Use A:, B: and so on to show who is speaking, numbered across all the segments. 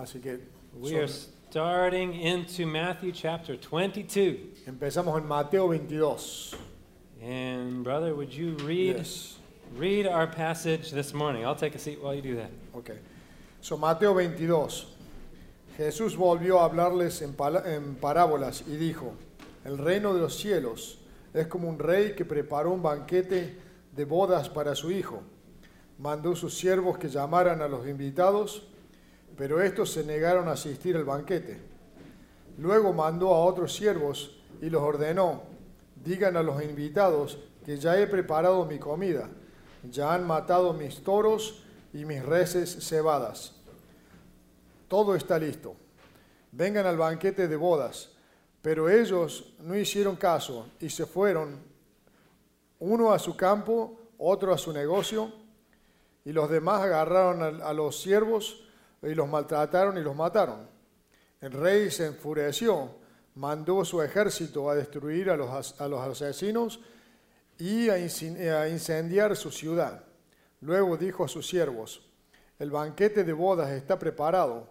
A: Así que
B: We
A: son-
B: are starting into Matthew chapter 22.
A: empezamos en Mateo 22.
B: And brother, would you read
A: Yes.
B: read our passage this morning? I'll take a seat while you do that.
A: Ok. So, Mateo 22. Jesús volvió a hablarles en, pala- en parábolas y dijo, el reino de los cielos es como un rey que preparó un banquete de bodas para su hijo. Mandó sus siervos que llamaran a los invitados, pero estos se negaron a asistir al banquete. Luego mandó a otros siervos y los ordenó, digan a los invitados que ya he preparado mi comida, ya han matado mis toros y mis reses cebadas. Todo está listo. Vengan al banquete de bodas. Pero ellos no hicieron caso y se fueron, uno a su campo, otro a su negocio, y los demás agarraron a, a los siervos y los maltrataron y los mataron. El rey se enfureció, mandó su ejército a destruir a los, as- a los asesinos y a incin- a incendiar su ciudad. Luego dijo a sus siervos, el banquete de bodas está preparado,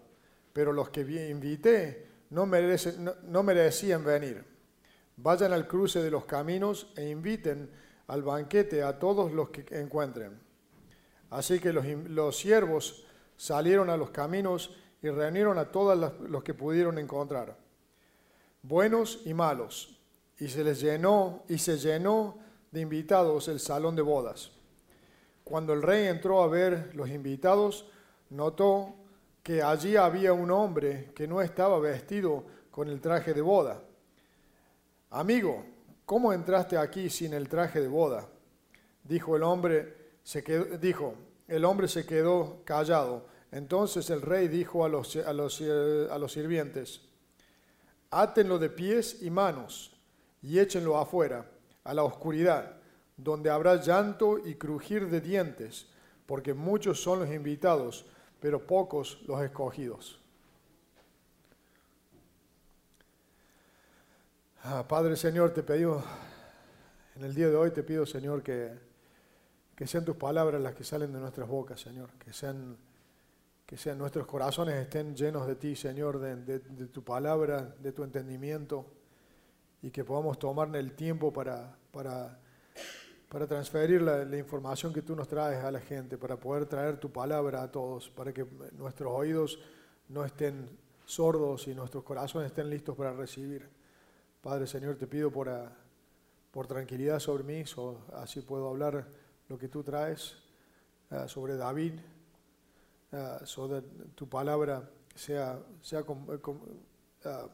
A: pero los que vi- invité no, merecen- no- no merecían venir. Vayan al cruce de los caminos e inviten al banquete a todos los que encuentren. Así que los, in- los siervos salieron a los caminos y reunieron a todos los que pudieron encontrar, buenos y malos, y se les llenó y se llenó de invitados el salón de bodas. Cuando el rey entró a ver los invitados, notó que allí había un hombre que no estaba vestido con el traje de boda. Amigo, ¿cómo entraste aquí sin el traje de boda? Dijo el hombre, se quedó, dijo, el hombre se quedó callado. Entonces el rey dijo a los, a los, eh, a los sirvientes, átenlo de pies y manos y échenlo afuera, a la oscuridad, donde habrá llanto y crujir de dientes, porque muchos son los invitados, pero pocos los escogidos. Ah, Padre Señor, te pedimos, en el día de hoy te pido, Señor, que, que sean tus palabras las que salen de nuestras bocas, Señor, que sean que sean nuestros corazones estén llenos de ti, Señor, de, de- de tu palabra, de tu entendimiento, y que podamos tomar el tiempo para, para, para transferir la, la información que tú nos traes a la gente, para poder traer tu palabra a todos, para que nuestros oídos no estén sordos y nuestros corazones estén listos para recibir. Padre Señor, te pido por, ah, por tranquilidad sobre mí, so- así puedo hablar lo que tú traes ah, sobre David, uh, so that tu palabra sea, sea com- eh, com- ah,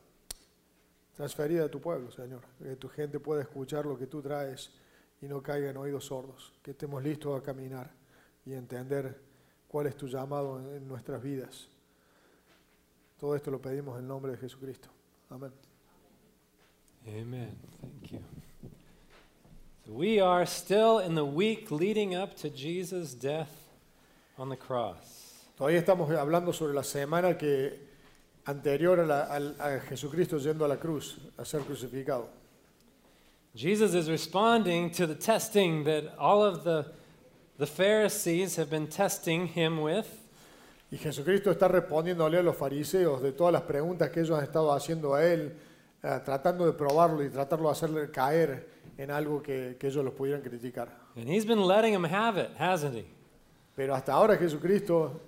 A: transferida a tu pueblo, Señor. Que tu gente pueda escuchar lo que tú traes y no caiga en oídos sordos. Que estemos listos a caminar y entender cuál es tu llamado en- en nuestras vidas. Todo esto lo pedimos en nombre de Jesucristo. Amén.
B: Amen. Thank you. So we are still in the week leading up to Jesus' death on the cross.
A: Todavía estamos hablando sobre la semana que anterior a, la- al- a Jesucristo yendo a la cruz, a ser crucificado.
B: Jesus is responding to the testing that all of the the Pharisees have been testing him with.
A: Y Jesucristo está respondiéndole a los fariseos de todas las preguntas que ellos han estado haciendo a él, eh, tratando de probarlo y tratarlo de hacerle caer en algo que, que ellos los pudieran criticar.
B: And he's been letting them have it, hasn't he?
A: Pero hasta ahora Jesucristo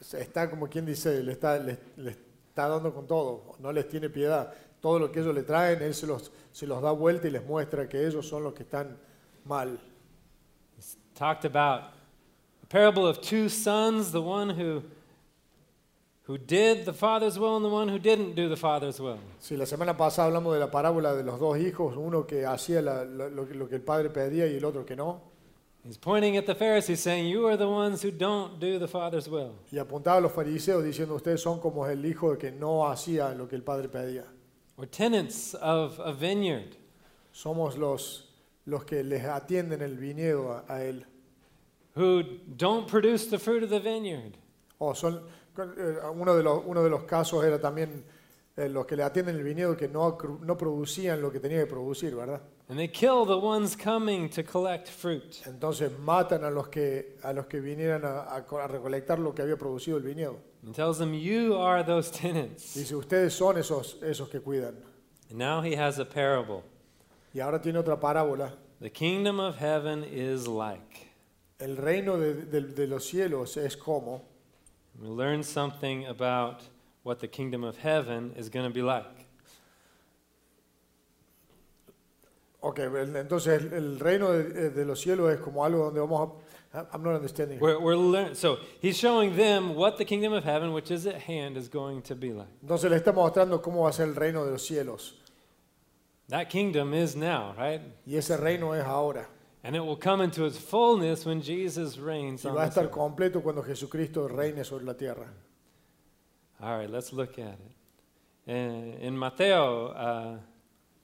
A: se- está como quien dice, le está, le, le está dando con todo, no les tiene piedad. Todo lo que ellos le traen, Él se los, se los da vuelta y les muestra que ellos son los que están mal.
B: He's talked about the parable of two sons, the one who who did the father's will and the one who didn't do the father's will.
A: Sí, la semana pasada hablamos de la parábola de los dos hijos, uno que hacía la- lo- lo que- lo que el padre pedía y el otro que no.
B: He's pointing at the Pharisees saying, "You are the ones who don't do the father's will."
A: Y apuntaba a los fariseos diciendo, ustedes son como el hijo que no hacía lo que el padre pedía.
B: Or tenants of a vineyard.
A: Somos los, los que les atienden el viñedo a, a él.
B: who don't produce the fruit of the vineyard.
A: O son, eh, uno, de los, uno de los casos era también eh, los que le atienden el viñedo que no, cru- no producían lo que tenía que producir, ¿verdad?
B: And they kill the ones coming to collect fruit.
A: Entonces matan a los que, a los que vinieran a- a co- a recolectar lo que había producido el viñedo.
B: and tells them, You are those tenants.
A: Dice, ustedes son esos, esos que cuidan.
B: And now he has a parable.
A: Y ahora tiene otra parábola.
B: The kingdom of heaven is like.
A: El reino de, de- de los cielos es como.
B: We learn something about what the kingdom of heaven is going to be like.
A: Ok, el- entonces el, el reino de, de los cielos es como algo donde vamos a... I'm not understanding.
B: We're, we're learn- so he's showing them what the kingdom of heaven, which is at hand, is going to be like.
A: Entonces le estamos mostrando cómo va a ser el reino de los cielos.
B: That kingdom is now, right?
A: Y ese reino es ahora.
B: And it will come into its fullness when Jesus reigns
A: Y
B: on
A: va a
B: this
A: estar
B: earth.
A: completo cuando Jesucristo reine sobre la tierra.
B: All right, let's look at it. Eh, en Mateo uh,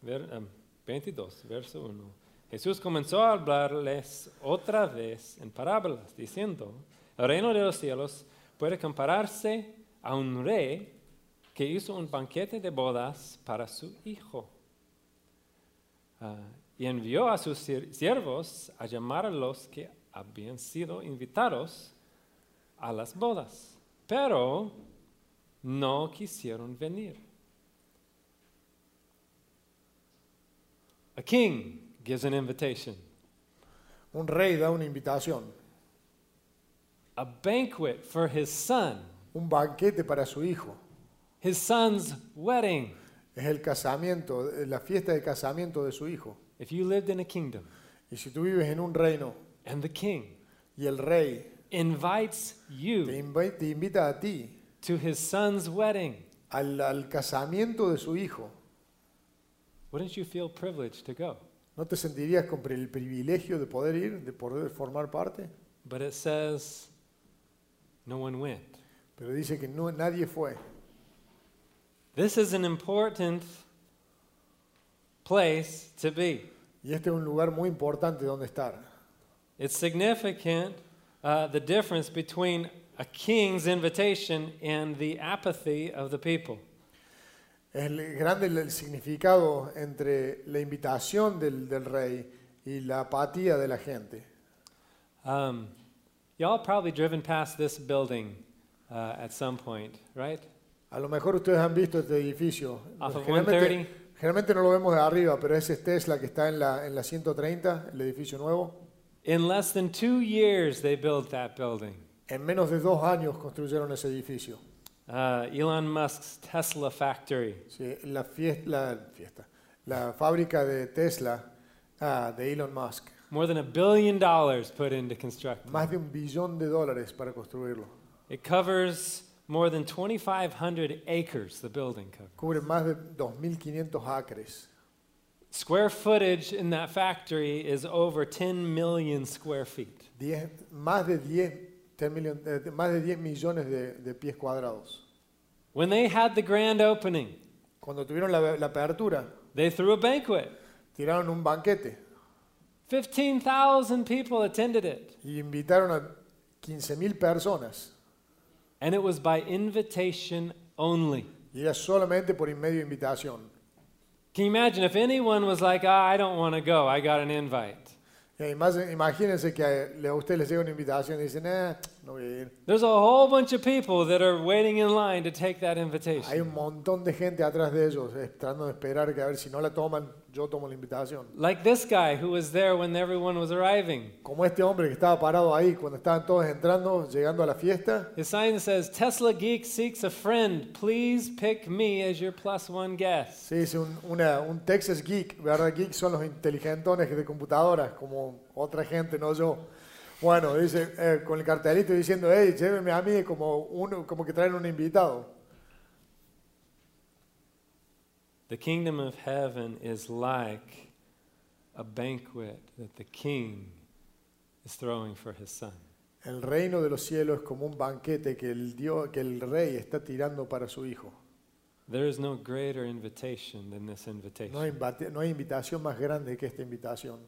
B: ver, um, 22, verso 1, Jesús comenzó a hablarles otra vez en parábolas, diciendo, el reino de los cielos puede compararse a un rey que hizo un banquete de bodas para su hijo. Ah, y envió a sus sir- siervos a llamar a los que habían sido invitados a las bodas. Pero no quisieron venir. A king gives an invitation.
A: Un rey da una invitación,
B: A banquet for his son,
A: un banquete para su hijo.
B: his son's wedding.
A: Es el casamiento, eh, la fiesta de casamiento de su hijo.
B: If you lived in a kingdom
A: Y si tú vives en un reino
B: and the king
A: y el rey
B: invites
A: te,
B: you
A: invi- te invita a ti
B: to his son's wedding,
A: al, al casamiento de su hijo,
B: wouldn't you feel privileged to go?
A: ¿no te sentirías con pri- el privilegio de poder ir, de poder formar parte?
B: But it says no one went.
A: Pero dice que no, nadie fue.
B: This is an important place to be.
A: Y este es un lugar muy importante donde estar.
B: It's significant uh, the difference between a king's invitation and the apathy of the people.
A: Es el- grande el, el significado entre la invitación del, del rey y la apatía de la gente.
B: Um, y'all probably driven past this building uh, at some point, right?
A: A lo mejor ustedes han visto este edificio.
B: Off of
A: Generalmente,
B: 130.
A: generalmente no lo vemos de arriba, pero es Tesla que está en la, en la 130, el edificio nuevo.
B: In less than two years, they built that building.
A: En menos de dos años construyeron ese edificio.
B: Uh, Elon Musk's Tesla factory.
A: Sí, la, fiesta, la, fiesta, la fábrica de Tesla ah, de Elon Musk.
B: More than a billion dollars put into construction.
A: Más de un billón de dólares para construirlo.
B: It covers more than 2,500 acres, the building covers.
A: Cubre más de 2.500 acres.
B: Square footage in that factory is over 10 million square feet.
A: 10 más, de 10, 10 million- eh, más de 10 millones de, de pies cuadrados.
B: When they had the grand opening,
A: Cuando tuvieron la- la apertura,
B: they threw a banquet.
A: tiraron un banquete.
B: 15,000 people attended it,
A: y invitaron a 15.000 personas
B: and it was by invitation only.
A: y era solamente por medio de invitación.
B: Can you imagine if anyone was like, ah, I don't want to go, I got an invite?
A: Y además, imagínense que a le- a ustedes les llega una invitación y dicen, "Ah, no voy a ir.
B: There's a whole bunch of people that are waiting in line to take that
A: Hay un
B: invitation.
A: montón de gente atrás de ellos, eh, tratando de esperar que a ver si no la toman, yo tomo la invitación.
B: Like this guy who was there when everyone was arriving.
A: Como este hombre que estaba parado ahí cuando estaban todos entrando, llegando a la fiesta,
B: His sign says, Tesla Geek seeks a friend. Please pick me as your plus one guest.
A: se dice un, una- un Texas Geek, ¿verdad? Geek son los inteligentones de computadoras, como otra gente, no yo. Bueno, dice, eh, con el cartelito diciendo, hey, llévenme a mí como, uno, como que traen un invitado.
B: The kingdom of heaven is like a banquet that the king is throwing for his son.
A: El reino de los cielos es como un banquete que el, Dios, que el rey está tirando para su hijo.
B: There is no greater invitation than this invitation.
A: No hay, invate- no hay invitación más grande que esta invitación.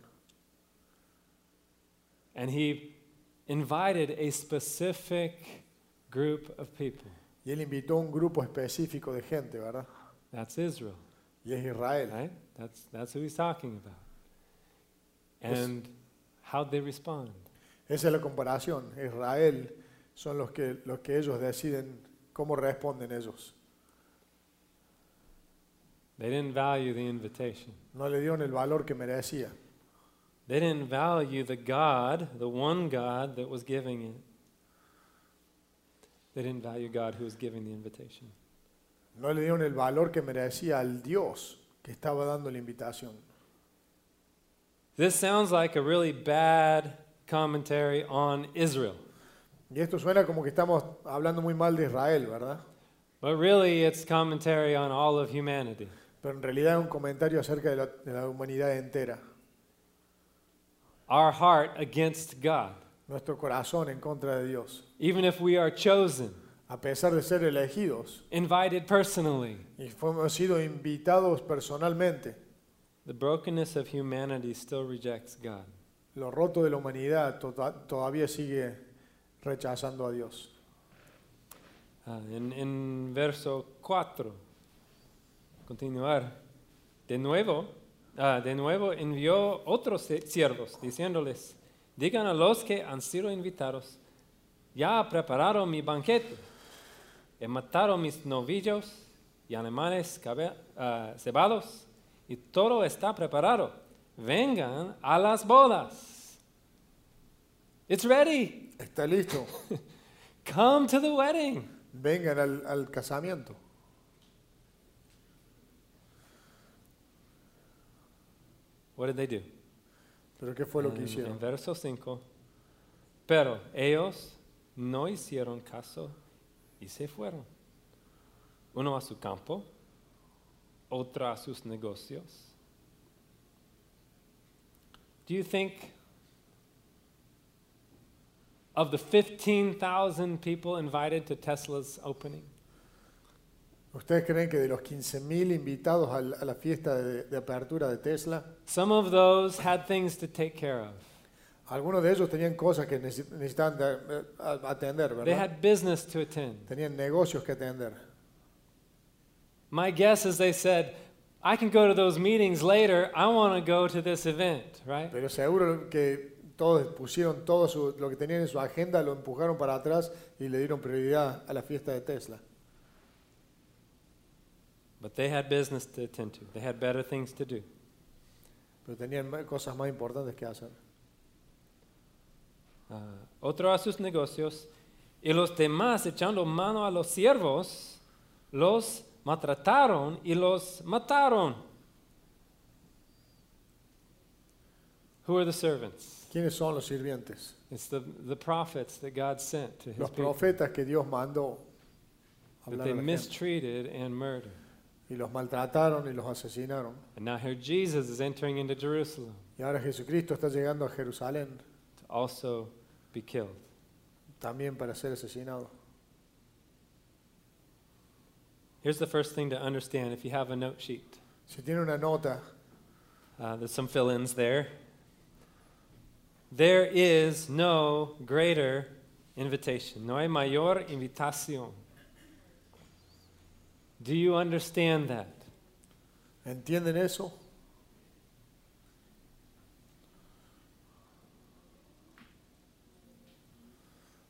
B: And he invited a specific group of people.
A: Y él invitó a un grupo específico de gente, ¿verdad?
B: That's Israel,
A: Y es Israel.
B: right? That's, that's who he's talking about.
A: Yes.
B: And how'd they respond?
A: Esa es la comparación. Israel son los que, los que ellos deciden ¿Cómo responden ellos?
B: They didn't value the invitation.
A: No le dieron el valor que merecía.
B: They didn't value the God, the one God that was giving it. They didn't value God who was giving the invitation.
A: No le dieron el valor que merecía al Dios que estaba dando la invitación.
B: This sounds like a really bad commentary on Israel,
A: Y esto suena como que estamos hablando muy mal de Israel, ¿verdad?
B: but really it's commentary on all of humanity.
A: Pero en realidad es un comentario acerca de la, de la humanidad entera.
B: Our heart against God,
A: Nuestro corazón en contra de Dios.
B: even if we are chosen,
A: A pesar de ser elegidos
B: invited personally.
A: y hemos sido invitados personalmente,
B: The brokenness of humanity still rejects God.
A: lo roto de la humanidad tota- todavía sigue rechazando a Dios.
B: Ah, en, en verso 4, continuar. De nuevo, ah, de nuevo envió otros se- siervos, diciéndoles, digan a los que han sido invitados, ya prepararon mi banquete, he matado mis novillos y animales cabe- ah, cebados, y todo está preparado. Vengan a las bodas. It's ready.
A: Está listo.
B: Come to the wedding.
A: Vengan al, al casamiento.
B: What did they do?
A: Pero ¿qué fue lo que
B: En-
A: hicieron?
B: En verso 5. Pero ellos no hicieron caso y se fueron. Uno a su campo, otro a sus negocios. Do you think of the 15,000 people invited to Tesla's opening?
A: ¿Ustedes creen que de los 15.000 invitados al- a la fiesta de, de apertura de Tesla,
B: Some of those had things to take care of.
A: algunos de ellos tenían cosas que neces- necesitaban de- eh, a- atender,
B: They
A: ¿verdad?
B: had business to attend.
A: Tenían negocios que atender.
B: My guess is they said, I can go to those meetings later. I want to go to this event, right?
A: Pero seguro que todos pusieron todo su- lo que tenían en su agenda, lo empujaron para atrás y le dieron prioridad a la fiesta de Tesla.
B: But they had business to attend to, they had better things to do.
A: Pero tenían ma- cosas más importantes que hacer.
B: Ah, otro a sus negocios, y los demás, echando mano a los siervos, los maltrataron y los mataron. Who are the servants?
A: ¿Quiénes son los sirvientes?
B: It's the, the prophets that God sent to his
A: Los
B: people
A: profetas que Dios mandó a
B: that
A: hablar a
B: they
A: la gente.
B: mistreated and murdered.
A: y los maltrataron y los asesinaron.
B: And now here Jesus is entering into Jerusalem.
A: Y ahora Jesucristo está llegando a Jerusalén
B: to also be killed.
A: también para ser asesinado.
B: Here's the first thing to understand if you have a note sheet.
A: Si tiene una nota,
B: Uh, there's some fill ins there. There is no greater invitation. No hay mayor invitación. Do you understand that?
A: ¿entienden eso?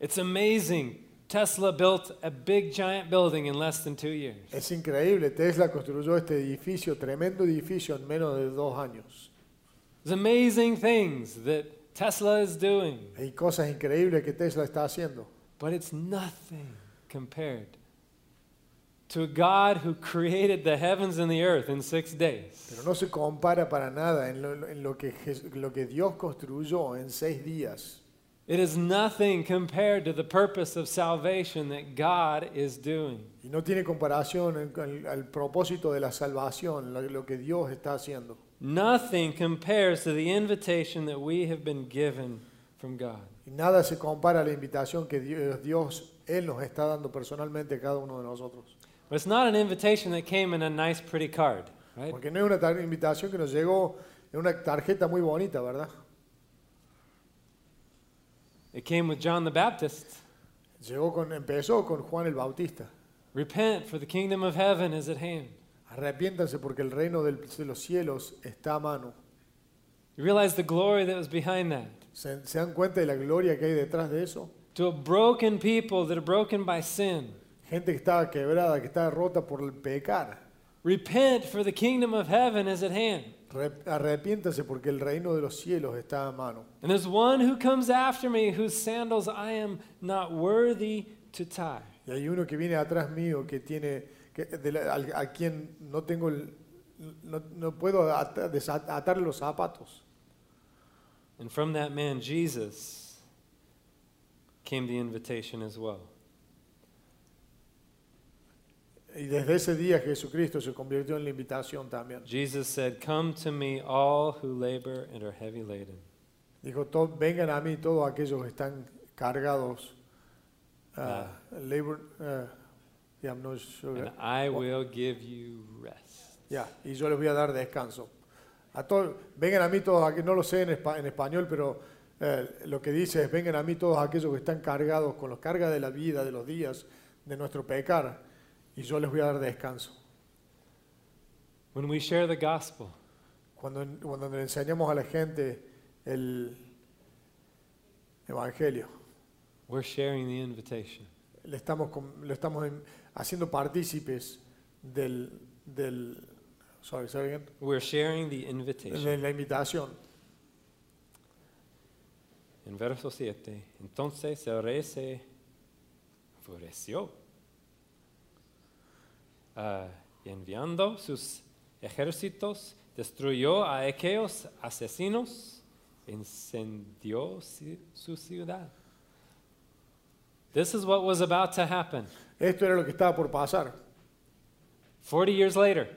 B: It's amazing. Tesla built a big, giant building in less than two years.
A: Es increíble, Tesla construyó este edificio, tremendo edificio, en menos de dos años.
B: There's amazing things that Tesla is doing,
A: Hay cosas increíbles que Tesla está haciendo,
B: but it's nothing compared to a God who created the heavens and the earth in six days.
A: pero no se compara para nada en lo, en lo que, Jes- lo que Dios construyó en seis días.
B: It is nothing compared to the purpose of salvation that God is doing.
A: Y no tiene comparación en- al, al propósito de la salvación, lo- lo que Dios está haciendo.
B: Nothing compares to the invitation that we have been given from God.
A: Y nada se compara a la invitación que Dios, Dios, Él nos está dando personalmente a cada uno de nosotros.
B: But it's not an invitation that came in a nice, pretty card, right?
A: Porque no es una tar- invitación que nos llegó en una tarjeta muy bonita, ¿verdad?
B: It came with John the Baptist.
A: Llegó con, empezó con Juan el Bautista.
B: Repent, for the kingdom of heaven is at hand.
A: Arrepiéntanse porque el reino del- de los cielos está a mano.
B: You realize the glory that was behind that.
A: ¿Se, se dan cuenta de la gloria que hay detrás de eso?
B: To a broken people that are broken by sin.
A: Gente que estaba quebrada, que estaba rota por el pecar.
B: Repent, for the kingdom of heaven is at hand.
A: Re- Arrepiéntase porque el reino de los cielos está a mano.
B: And there's one who comes after me whose sandals I am not worthy to tie.
A: Y hay uno que viene atrás mío que tiene, que, de la- al- a, quien no tengo, el- no, no puedo ata- desat- atarle los zapatos.
B: And from that man, Jesus, came the invitation as well.
A: Y desde ese día Jesucristo se convirtió en la invitación también.
B: Jesus said, Come to me, all who labor and are heavy laden,
A: Dijo, "To- vengan a mí todos aquellos que están cargados. ah, labor, ah, yeah, I'm not sure.
B: and I will give you rest.
A: Ya, y yo les voy a dar descanso. A todos, vengan a mí todos, aqu- no lo sé en, espa- en español, pero eh, lo que dice es, vengan a mí todos aquellos que están cargados con las cargas de la vida, de los días, de nuestro pecar, y yo les voy a dar descanso.
B: When we share the gospel,
A: Cuando, en- cuando le enseñamos a la gente el Evangelio,
B: we're sharing the invitation.
A: le estamos, com- le estamos en- haciendo partícipes del... del sorry, say again.
B: We're sharing the
A: de
B: invitation.
A: la invitación.
B: En verso 7, entonces el rey se enfureció. Ah, y enviando sus ejércitos, destruyó a aquellos asesinos, incendió ci- su ciudad. This is what was about to happen.
A: Esto era lo que estaba por pasar.
B: 40 years later,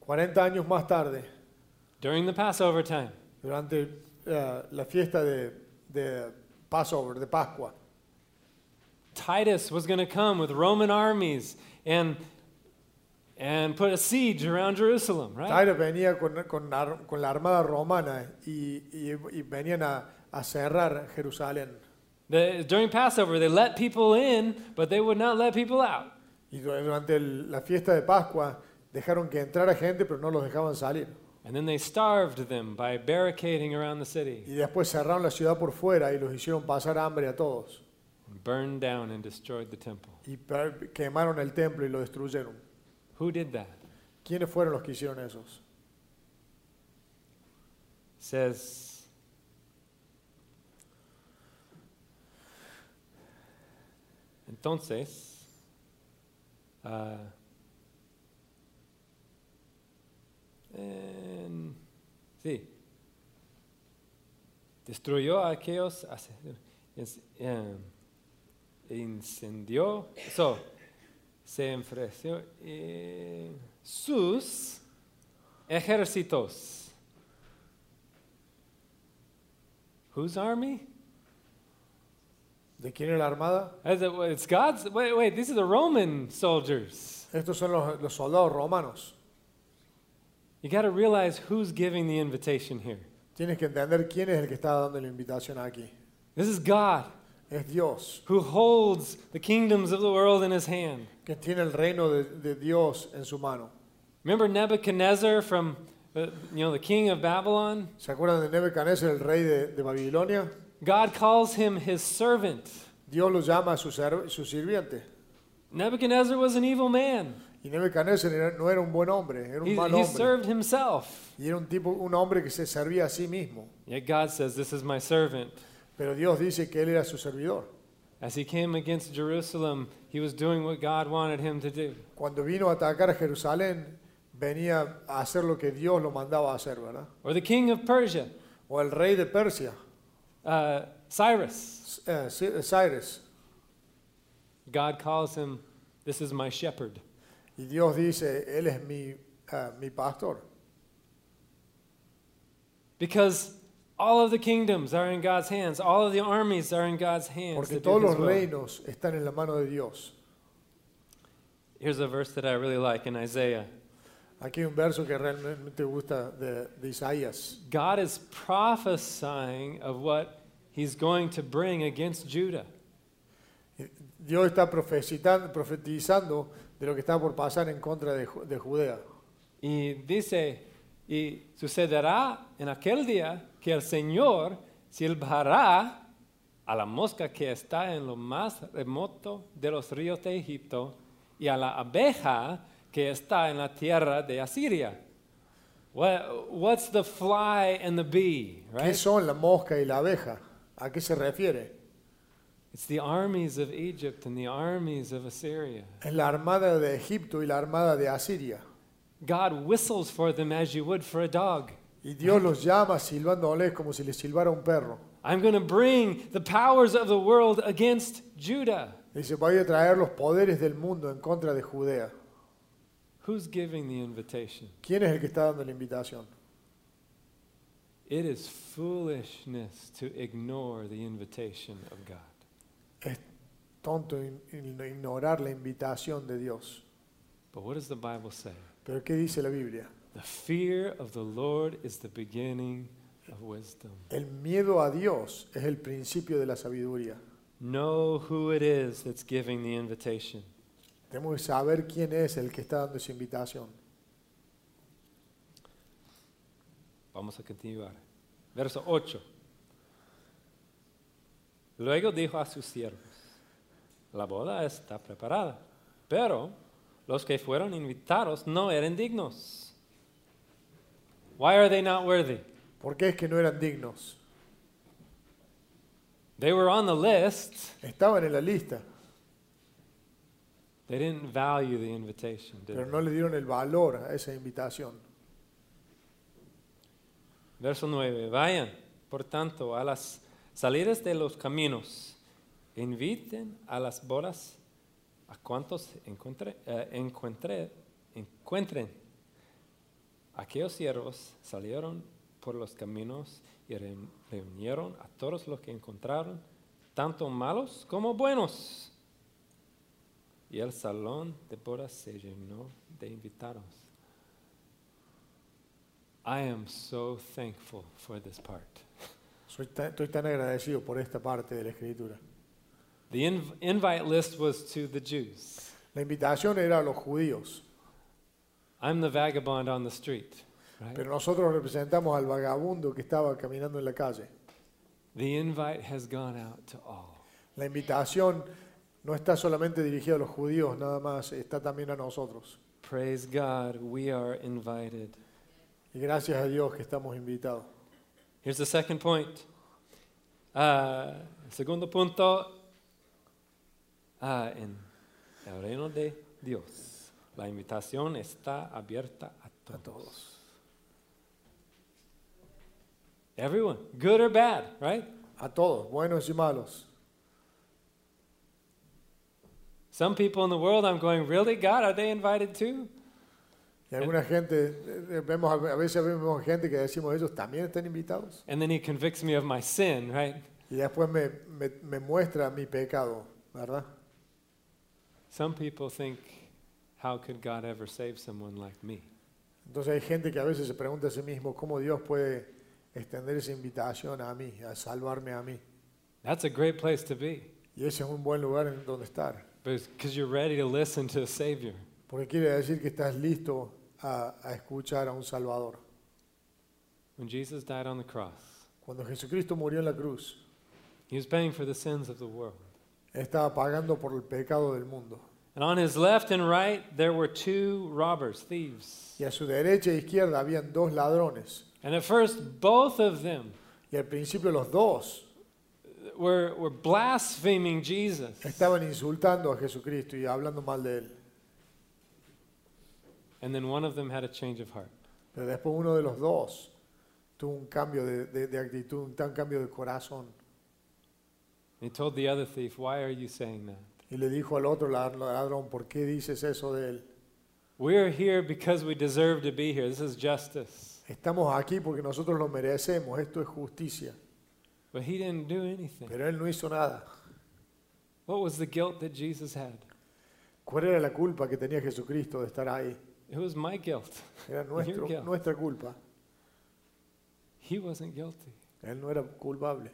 A: 40 años más tarde,
B: during the Passover time,
A: durante eh, la fiesta de, de Passover, de Pascua,
B: Titus was going to come with Roman armies and, and put a siege around Jerusalem, right?
A: Tiro venía con, con ar- con la armada romana y, y- y venían a, a cerrar Jerusalén.
B: The, during Passover, they let people in, but they would not let people out.
A: Y du- durante el- la fiesta de Pascua dejaron que entrara gente, pero no los dejaban salir.
B: And then they starved them by barricading around the city,
A: Y después cerraron la ciudad por fuera y los hicieron pasar hambre a todos.
B: and burned down and destroyed the temple.
A: Y per- quemaron el templo y lo destruyeron.
B: Who did that?
A: ¿Quiénes fueron los que hicieron esos?
B: Says, entonces, ah, en- sí, destruyó a aquellos, ase- es- em, incendió, so, se enfreció eh, sus ejércitos. Whose army?
A: ¿De quién era la armada?
B: As it- It's God's. Wait, wait. These are the Roman soldiers.
A: Estos son los- los soldados romanos.
B: You got to realize who's giving the invitation here.
A: Tienes que entender quién es el que está dando la invitación aquí.
B: This is God
A: Es Dios,
B: who holds the kingdoms of the world in his hand.
A: que tiene el reino de, de Dios en su mano.
B: Remember Nebuchadnezzar from, uh, you know, the king of Babylon.
A: ¿Se acuerdan de Nebuchadnezzar, el rey de, de Babilonia?
B: God calls him his servant.
A: Dios lo llama su, ser- su sirviente.
B: Nebuchadnezzar was an evil man.
A: Y Nebuchadnezzar era- no era un buen hombre, era un
B: He,
A: mal
B: he
A: hombre.
B: served himself.
A: Y era un tipo, un hombre que se servía a sí mismo.
B: Yet God says, "This is my servant."
A: Pero Dios dice que él era su servidor.
B: As he came against Jerusalem, he was doing what God wanted him to do.
A: Cuando vino a atacar a Jerusalén, venía a hacer lo que Dios lo mandaba a hacer, ¿verdad?
B: Or the king of Persia,
A: O el rey de Persia,
B: uh, Cyrus.
A: eh, Ci- Cyrus.
B: God calls him, This is my shepherd.
A: Y Dios dice, Él es mi, ah, mi pastor.
B: Because all of the kingdoms are in God's hands, all of the armies are in God's hands.
A: Porque
B: to do
A: todos los
B: his will.
A: reinos están en la mano de Dios.
B: Here's a verse that I really like in Isaiah
A: Aquí hay un verso que realmente gusta de, de Isaías.
B: God is prophesying of what he's going to bring against Judah.
A: Dios está profetitan- profetizando de lo que está por pasar en contra de, Ju- de Judea.
B: Y dice, y sucederá en aquel día que el Señor silbará a la mosca que está en lo más remoto de los ríos de Egipto y a la abeja que está en la tierra de Asiria. What- what's the fly and the bee,
A: ¿Qué
B: right?
A: son la mosca y la abeja? ¿A qué se refiere?
B: It's the armies of Egypt and the armies of Assyria.
A: Es la armada de Egipto y la armada de Asiria.
B: God whistles for them as you would for a dog.
A: Y Dios los llama silbándoles como si les silbara un perro.
B: I'm going to bring the powers of the world against Judah.
A: Dice, voy a traer los poderes del mundo en contra de Judea.
B: Who's giving the invitation?
A: ¿Quién es el que está dando la invitación?
B: It is foolishness to ignore the invitation of God.
A: Es tonto in- in- ignorar la invitación de Dios.
B: But what does the Bible say?
A: Pero ¿qué dice la Biblia?
B: The fear of the Lord is the beginning of wisdom.
A: El miedo a Dios es el principio de la sabiduría.
B: Know who it is that's giving the invitation.
A: Tenemos que saber quién es el que está dando esa invitación.
B: Vamos a continuar. Verso 8. Luego dijo a sus siervos, la boda está preparada, pero los que fueron invitados no eran dignos. Why are they not worthy?
A: ¿Por qué es que no eran dignos?
B: They were on the list.
A: Estaban en la lista,
B: They didn't value the invitation, did
A: pero
B: they?
A: no le dieron el valor a esa invitación.
B: Verso 9. Vayan, por tanto, a las salidas de los caminos. Inviten a las bodas a cuantos encuentre, eh, encuentre- encuentren. Aquellos siervos salieron por los caminos y reu- reunieron a todos los que encontraron, tanto malos como buenos. Y el salón de bodas se llenó de invitados. I am so thankful for this part.
A: Soy tan- estoy tan agradecido por esta parte de la escritura.
B: The inv- invite list was to the Jews.
A: La invitación era a los judíos,
B: I'm the vagabond on the street. Right?
A: pero nosotros representamos al vagabundo que estaba caminando en la calle.
B: The invite has gone out to all.
A: La invitación no está solamente dirigida a los judíos, nada más, está también a nosotros.
B: Praise God, we are invited.
A: Y gracias a Dios que estamos invitados.
B: Here's the second point. Uh, segundo punto. Ah, en el reino de Dios. La invitación está abierta a
A: A
B: todos.
A: todos.
B: Everyone, good or bad, right?
A: A todos, buenos y malos.
B: Some people in the world, I'm going, really? God, are they invited too?
A: Y alguna gente, eh, eh, vemos, a a veces vemos gente que decimos, ellos también están invitados.
B: And then he convicts me of my sin, right?
A: Y después me, me- me muestra mi pecado, ¿verdad?
B: Some people think, how could God ever save someone like me?
A: Entonces hay gente que a veces se pregunta a sí mismo, ¿cómo Dios puede extender esa invitación a mí, a salvarme a mí?
B: That's a great place to be
A: Y ese es un buen lugar en donde estar,
B: because you're ready to listen to a Savior.
A: porque quiere decir que estás listo a, a escuchar a un Salvador.
B: When Jesus died on the cross,
A: Cuando Jesucristo murió en la cruz,
B: he was paying for the sins of the world.
A: estaba pagando por el pecado del mundo.
B: And on his left and right, there were two robbers, thieves.
A: Y a su derecha e izquierda habían dos ladrones.
B: And at first, both of them
A: Y al principio los dos
B: were, were blaspheming Jesus.
A: Estaban insultando a Jesucristo y hablando mal de él.
B: And then one of them had a change of heart.
A: Pero después uno de los dos tuvo un cambio de, de- de actitud, un tan cambio de corazón.
B: He told the other thief, Why are you saying that?
A: Y le dijo al otro lad- ladrón, ¿por qué dices eso de él?
B: We're here because we deserve to be here. This is justice.
A: Estamos aquí porque nosotros lo merecemos, esto es justicia.
B: But he didn't do anything.
A: Pero él no hizo nada.
B: What was the guilt that Jesus had?
A: ¿Cuál era la culpa que tenía Jesucristo de estar ahí?
B: It was my guilt.
A: Era nuestro-
B: Here we go.
A: nuestra culpa.
B: He wasn't guilty.
A: Él no era culpable.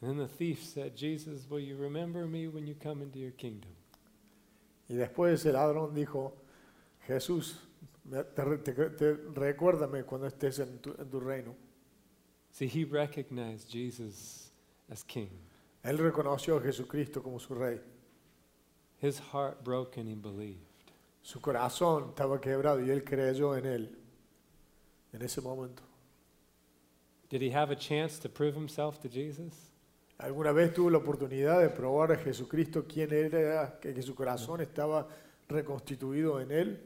B: And then the thief said, Jesus, will you remember me when you come into your kingdom?
A: Y después ese ladrón dijo, Jesús, me- te, re- te- te- recuérdame cuando estés en tu- en tu reino.
B: See, he recognized Jesus as king.
A: Él reconoció a Jesucristo como su rey.
B: His heart broke and he believed.
A: Su corazón estaba quebrado y él creyó en él en ese momento.
B: Did he have a chance to prove himself to Jesus?
A: ¿Alguna vez tuvo la oportunidad de probar a Jesucristo quién era, que, que su corazón estaba reconstituido en él?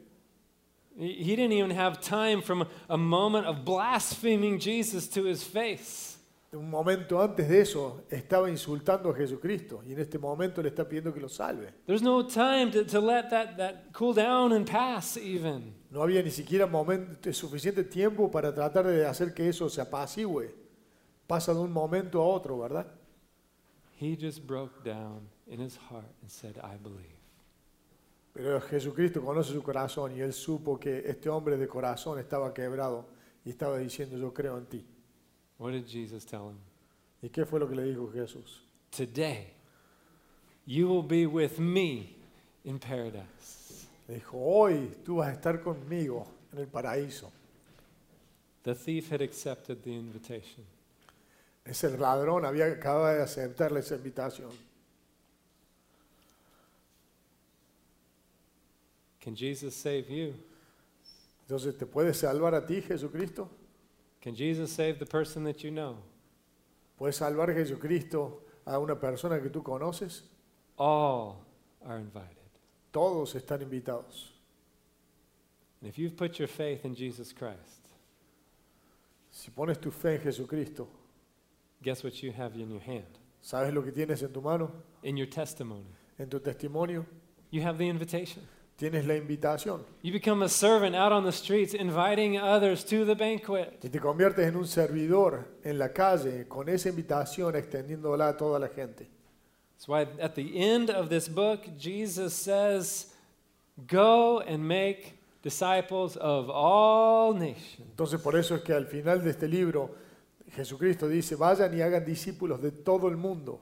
B: He he didn't even have time from a moment of blaspheming Jesus to his face.
A: Un momento antes de eso estaba insultando a Jesucristo y en este momento le está pidiendo que lo salve.
B: There's no time to, to let that, that cool down and pass, even.
A: No había ni siquiera momento, suficiente tiempo para tratar de hacer que eso se apacigüe. Pasa de un momento a otro, ¿verdad?
B: He just broke down in his heart and said, I believe.
A: Pero Jesucristo conoce su corazón y él supo que este hombre de corazón estaba quebrado y estaba diciendo yo creo en ti.
B: What did Jesus tell him?
A: ¿Y qué fue lo que le dijo Jesús?
B: Today, you will be with me in paradise.
A: Le dijo, hoy tú vas a estar conmigo en el paraíso.
B: The thief had accepted the invitation.
A: Ese ladrón había acabado de aceptarle esa invitación.
B: Can Jesus save you?
A: Entonces, ¿te puede salvar a ti Jesucristo?
B: Can Jesus save the person that you know?
A: ¿Puede salvar Jesucristo a una persona que tú conoces?
B: All are invited.
A: Todos están invitados.
B: And if you've put your faith in Jesus Christ,
A: Si pones tu fe en Jesucristo,
B: guess what you have in your hand?
A: ¿sabes lo que tienes en tu mano?
B: In your testimony,
A: En tu testimonio,
B: you have the invitation.
A: tienes la invitación.
B: You become a servant out on the streets, inviting others to the banquet.
A: Y te conviertes en un servidor en la calle con esa invitación extendiéndola a toda la gente.
B: That's why at the end of this book, Jesus says, Go and make disciples of all nations.
A: Entonces por eso es que al final de este libro Jesucristo dice, vayan y hagan discípulos de todo el mundo,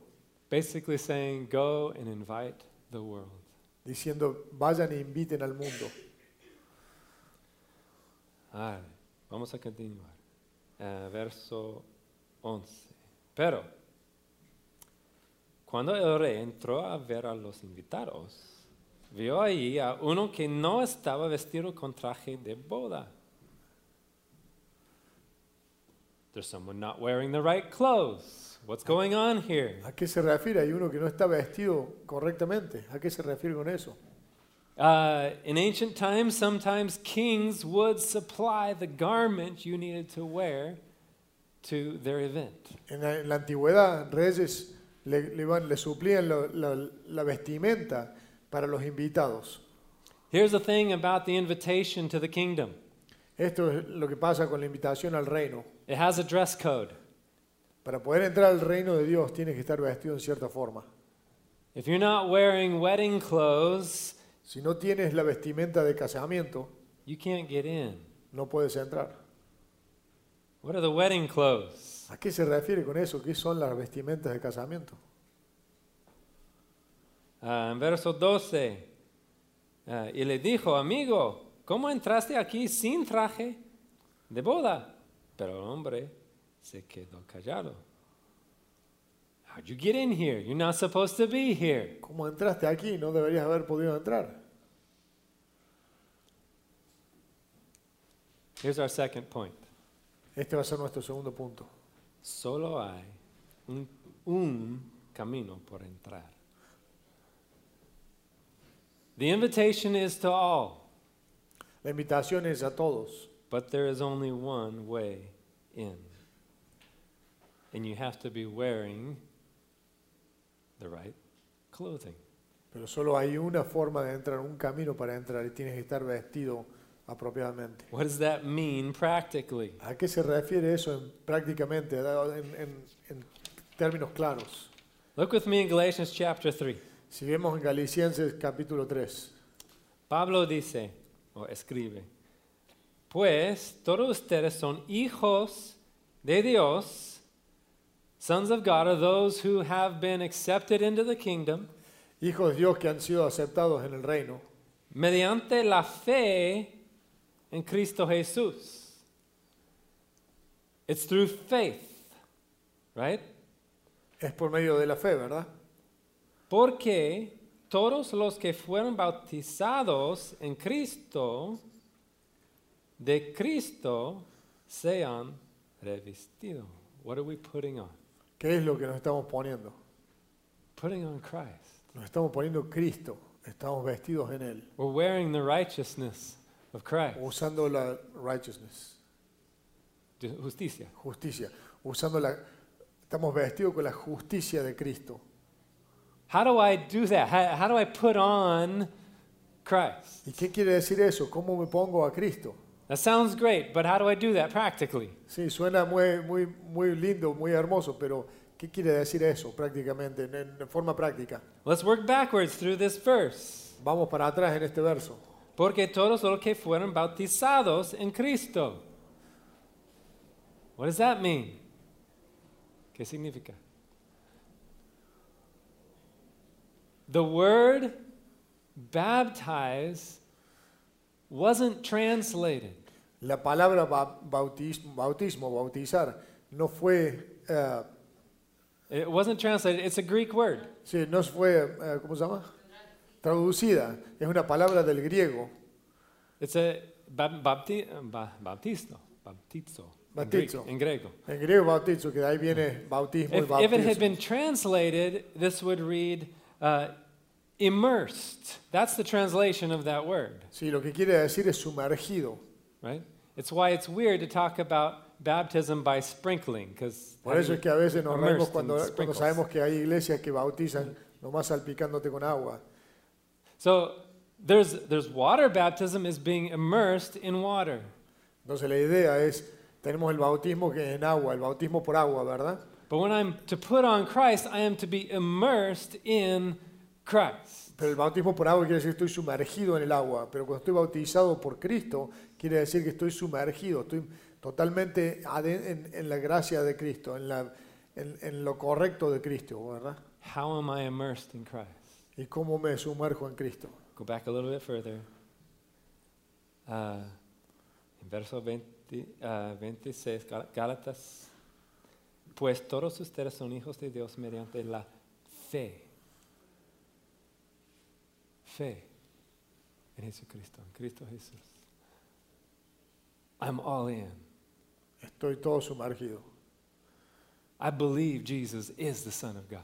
B: Basically saying, Go and invite the world.
A: diciendo, vayan e inviten al mundo.
B: Vale, Ah, vamos a continuar. Eh, verso 11. Pero, cuando el rey entró a ver a los invitados, vio allí a uno que no estaba vestido con traje de boda. There's someone not wearing the right clothes. What's going on here?
A: ¿A qué se refiere? Hay uno que no está vestido correctamente. ¿A qué se refiere con eso?
B: Uh, in ancient times, sometimes kings would supply the garment you needed to wear to their event.
A: En la, en la antigüedad, reyes le, le iban- le suplían lo- la- la vestimenta para los invitados.
B: Here's the thing about the invitation to the kingdom
A: Esto es lo que pasa con la invitación al reino.
B: it has a dress code.
A: Para poder entrar al reino de Dios tienes que estar vestido en cierta forma.
B: If you're not wearing wedding clothes,
A: Si no tienes la vestimenta de casamiento,
B: you can't get in.
A: no puedes entrar.
B: What are the wedding clothes?
A: ¿A qué se refiere con eso? ¿Qué son las vestimentas de casamiento?
B: Ah, en verso 12, ah, y le dijo, amigo, ¿cómo entraste aquí sin traje de boda? Pero el hombre se quedó callado. How'd you get in here? You're not supposed to be here.
A: ¿Cómo entraste aquí? No deberías haber podido entrar.
B: Here's our second point.
A: Este va a ser nuestro segundo punto.
B: Solo hay un, un camino por entrar. The invitation is to all,
A: La invitación es a todos,
B: but there is only one way in. And you have to be wearing the right clothing.
A: pero solo hay una forma de entrar, un camino para entrar y tienes que estar vestido apropiadamente.
B: What does that mean practically?
A: ¿A qué se refiere eso en- prácticamente, dado en- en- en términos claros?
B: Look with me in Galatians chapter 3.
A: Si vemos en Galicienses capítulo 3,
B: Pablo dice, o escribe, pues todos ustedes son hijos de Dios, sons of God are those who have been accepted into the kingdom
A: hijos de Dios que han sido aceptados en el reino
B: mediante la fe en Cristo Jesús. It's through faith, right?
A: es por medio de la fe, ¿verdad?
B: Porque todos los que fueron bautizados en Cristo, de Cristo, sean revestidos. What are we putting on?
A: ¿Qué es lo que nos estamos poniendo?
B: Putting on Christ.
A: Nos estamos poniendo Cristo, estamos vestidos en Él,
B: We're wearing the righteousness of Christ.
A: usando la righteousness,
B: Ju- Justicia.
A: justicia, usando la, estamos vestidos con la justicia de Cristo.
B: How do I do that? How, how do I put on Christ?
A: ¿Y qué quiere decir eso? ¿Cómo me pongo a Cristo?
B: That sounds great, but how do I do that practically?
A: Sí, suena muy, muy, muy lindo, muy hermoso, pero ¿qué quiere decir eso prácticamente, en, en forma práctica?
B: Let's work backwards through this verse.
A: Vamos para atrás en este verso.
B: Porque todos los que fueron bautizados en Cristo. What does that mean? ¿Qué significa? The word baptize wasn't translated.
A: La palabra ba- bautismo, bautismo, bautizar, no fue, eh,
B: It wasn't translated. It's a Greek word.
A: sí, no fue, eh, ¿cómo se llama? Traducida. Es una palabra del griego,
B: It's a bab- bapti, ba- baptisto, baptizo. in Greek-
A: Baptizo.
B: In Greco.
A: en griego bautizo, que de ahí viene bautismo y
B: If, if it had
A: bautismo.
B: been translated, this would read uh, immersed. That's the translation of that word,
A: Sí, lo que quiere decir es sumergido.
B: right? It's why it's weird to talk about baptism by sprinkling, because
A: Por eso es que a veces nos
B: Immersed
A: reímos
B: in
A: cuando, cuando
B: sprinkles. sabemos
A: sabemos que hay iglesias que bautizan nomás salpicándote con agua.
B: so there's there's water baptism is being immersed in water.
A: Entonces la idea es, tenemos el bautismo que es en agua, el bautismo por agua, ¿verdad?
B: But when I'm to put on Christ, I am to be immersed in Christ.
A: Pero el bautismo por agua quiere decir que estoy sumergido en el agua, pero cuando estoy bautizado por Cristo, quiere decir que estoy sumergido, estoy totalmente aden- en, en la gracia de Cristo, en, la- en- en lo correcto de Cristo, ¿verdad?
B: How am I immersed in Christ?
A: ¿Y cómo me sumerjo en Cristo?
B: Go back a little bit further. Uh, en verso 20, uh, 26, Gá- Gálatas. Pues todos ustedes son hijos de Dios mediante la fe. Fe en Jesucristo, en Cristo Jesús. I'm all in.
A: Estoy todo sumergido.
B: I believe Jesus is the Son of God.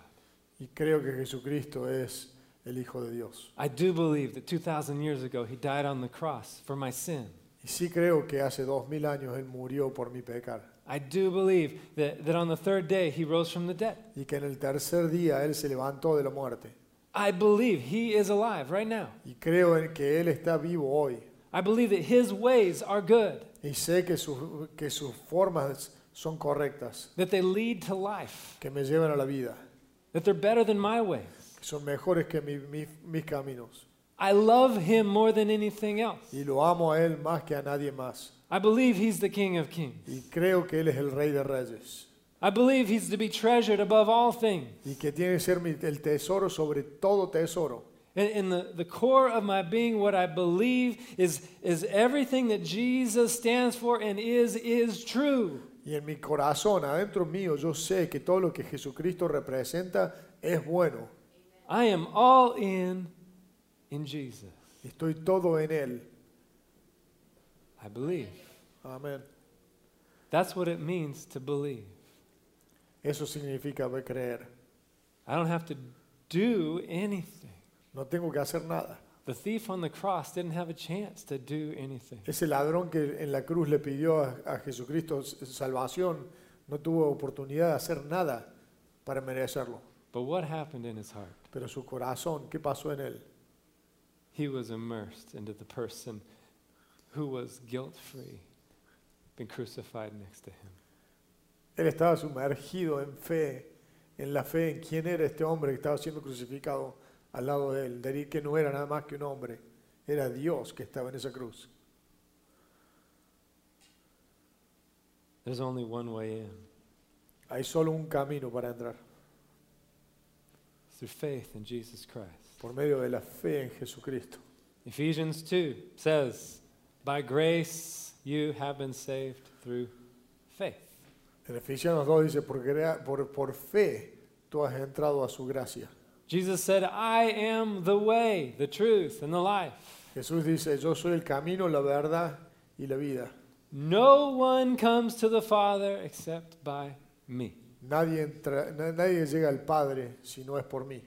A: Y creo que Jesucristo es el Hijo de Dios.
B: I do believe that 2,000 years ago, He died on the cross for my sin.
A: Y sí creo que hace dos mil años Él murió por mi pecar.
B: I do believe that, that on the third day he rose from the dead.
A: Y que en el tercer día Él se levantó de la muerte.
B: I believe he is alive right now.
A: Y creo en que Él está vivo hoy.
B: I believe that his ways are good,
A: Y sé que sus, que sus formas son correctas,
B: that they lead to life,
A: que me llevan a la vida,
B: that they're better than my ways.
A: que son mejores que mi- mi- mis caminos.
B: I love him more than anything else.
A: Y lo amo a Él más que a nadie más.
B: I believe he's the King of Kings.
A: Y creo que Él es el Rey de Reyes.
B: I believe he's to be treasured above all things.
A: Y que tiene que ser mi- el tesoro sobre todo tesoro.
B: In, in the, the core of my being, what I believe is, is everything that Jesus stands for and is, is true.
A: Y en mi corazón, adentro mío, yo sé que todo lo que Jesucristo representa es bueno.
B: I am all in in Jesus.
A: Estoy todo en Él.
B: I believe.
A: Amén.
B: That's what it means to believe.
A: Eso significa ve- creer.
B: I don't have to do anything.
A: No tengo que hacer nada.
B: The thief on the cross didn't have a chance to do anything.
A: Ese ladrón que en la cruz le pidió a, a Jesucristo s- salvación no tuvo oportunidad de hacer nada para merecerlo.
B: But what happened in his heart?
A: Pero su corazón, ¿qué pasó en él?
B: He was immersed into the person who was guilt free, been crucified next to him.
A: Él estaba sumergido en fe, en la fe en quién era este hombre que estaba siendo crucificado al lado de él, de que no era nada más que un hombre, era Dios que estaba en esa cruz.
B: There's only one way in
A: Hay solo un camino para entrar,
B: through faith in Jesus Christ.
A: por medio de la fe en Jesucristo.
B: Ephesians 2 says, By grace you have been saved through faith.
A: En Efesios 2 dice, por, crea- por, por fe tú has entrado a su gracia.
B: Jesus said, I am the way, the truth, and the life.
A: Jesús dice, yo soy el camino, la verdad y la vida.
B: No one comes to the Father except by me.
A: Nadie, entra- na- nadie llega al Padre si no es por mí.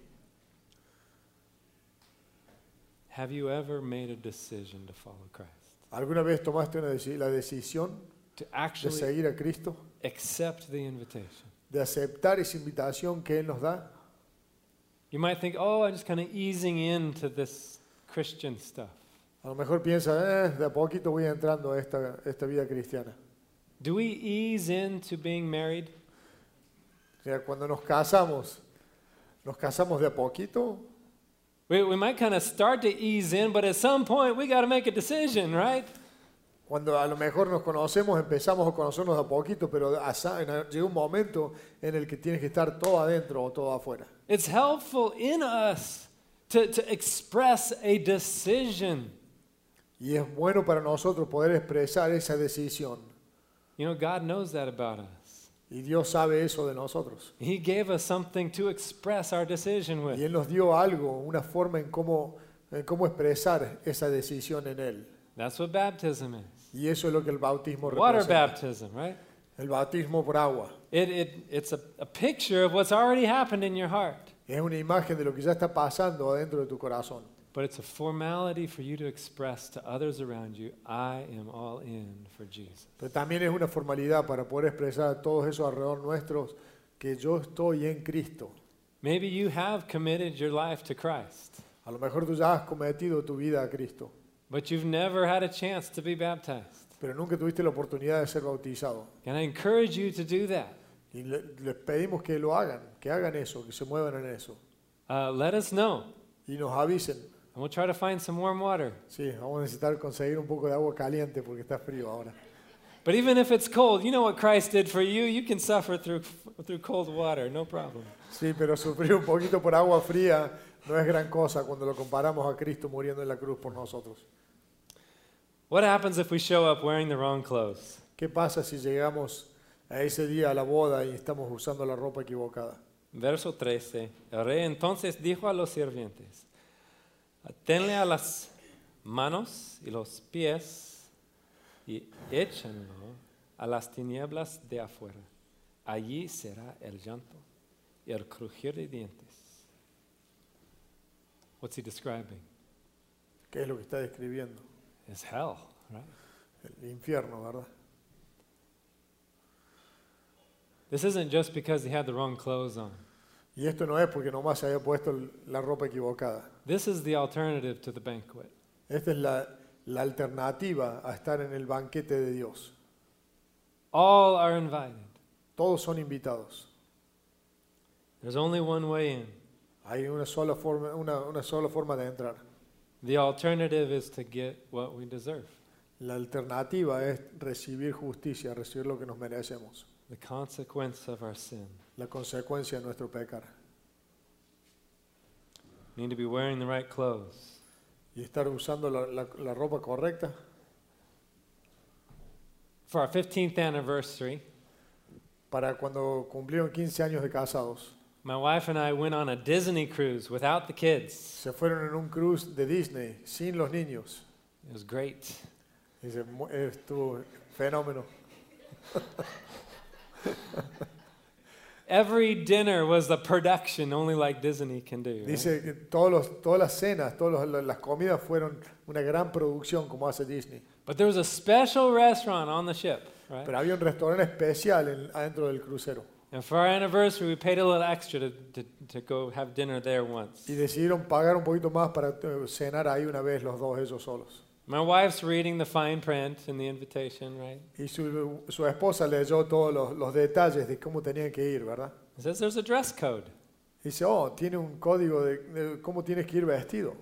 B: Have you ever made a decision to follow Christ?
A: ¿Alguna vez tomaste una deci- la decisión
B: To
A: de
B: actually
A: seguir a Cristo?
B: accept the invitation?
A: ¿De aceptar esa invitación que Él nos da?
B: You might think, oh, I'm just kind of easing into this Christian stuff.
A: A lo mejor piensa, "Eh, de a poquito voy entrando a esta, esta vida cristiana.
B: Do we ease into being married?
A: O sea, cuando nos casamos, ¿nos casamos de a poquito?
B: We, we might kind of start to ease in, but at some point we got to make a decision, right?
A: Cuando a lo mejor nos conocemos, empezamos a conocernos de a poquito, pero asa- en- llega un momento en el que tienes que estar todo adentro o todo afuera.
B: It's helpful in us to, to express a decision.
A: Y es bueno para nosotros poder expresar esa decisión.
B: You know, God knows that about us.
A: Y Dios sabe eso de nosotros.
B: He gave us something to express our decision
A: Y
B: with.
A: Él nos dio algo, una forma en cómo, en cómo expresar esa decisión en Él.
B: That's what baptism is
A: Y eso es lo que el bautismo
B: water
A: representa.
B: baptism, right?
A: El bautismo por agua.
B: It, it, it's a, a picture of what's already happened in your heart,
A: Es una imagen de lo que ya está pasando adentro de tu corazón.
B: but it's a formality for you to express to others around you I am all in for Jesus.
A: Pero también es una formalidad para poder expresar a todos esos alrededor nuestros que yo estoy en Cristo.
B: Maybe you have committed your life to Christ,
A: A lo mejor tú ya has cometido tu vida a Cristo,
B: but you've never had a chance to be baptized.
A: pero nunca tuviste la oportunidad de ser bautizado.
B: And I encourage you to do that.
A: Y le- les pedimos que lo hagan, que hagan eso, que se muevan en eso.
B: Uh, let us know,
A: Y nos avisen.
B: and we'll try to find some warm water.
A: Sí, vamos a necesitar conseguir un poco de agua caliente porque está frío ahora.
B: But even if it's cold, you know what Christ did for you. You can suffer through, through cold water, no problem.
A: Sí, pero sufrir un poquito por agua fría no es gran cosa cuando lo comparamos a Cristo muriendo en la cruz por nosotros.
B: What happens if we show up wearing the wrong clothes?
A: ¿Qué pasa si llegamos a ese día a la boda y estamos usando la ropa equivocada?
B: Verso 13. El rey entonces dijo a los sirvientes, atenle a las manos y los pies y échenlo a las tinieblas de afuera. Allí será el llanto y el crujir de dientes. What's he describing?
A: ¿Qué es lo que está describiendo?
B: It's hell, right?
A: El infierno, ¿verdad?
B: This isn't just because he had the wrong clothes on.
A: Y esto no es porque nomás se haya puesto el- la ropa equivocada.
B: This is the alternative to the banquet.
A: Esta es la, la alternativa a estar en el banquete de Dios.
B: All are invited.
A: Todos son invitados.
B: There's only one way in.
A: Hay una sola forma, una, una sola forma de entrar.
B: The alternative is to get what we deserve.
A: La alternativa es recibir justicia, recibir lo que nos merecemos,
B: The consequence of our sin.
A: la consecuencia de nuestro pecar
B: We need to be wearing the right clothes.
A: y estar usando la, la- la ropa correcta.
B: For our 15th anniversary,
A: Para cuando cumplieron 15 años de casados,
B: my wife and I went on a Disney cruise without the kids.
A: se fueron en un cruise de Disney sin los niños.
B: It was great.
A: Y se mu- estuvo fenómeno.
B: Every dinner was a production only like Disney can do. right?
A: Dice que todos los, todas las cenas, todas los- las comidas fueron una gran producción como hace Disney.
B: But there was a special restaurant on the ship, right?
A: Pero había un restaurante especial en- adentro del crucero.
B: And for our anniversary, we paid a little extra to, to, to go have dinner there once.
A: Y decidieron pagar un poquito más para eh, cenar ahí una vez los dos ellos solos.
B: My wife's reading the fine print in the invitation, right?
A: Y su, su esposa leyó todos los, los detalles de cómo tenían que ir, ¿verdad?
B: It says there's a dress code.
A: Dice, oh, tiene un código de, de cómo tienes que ir vestido.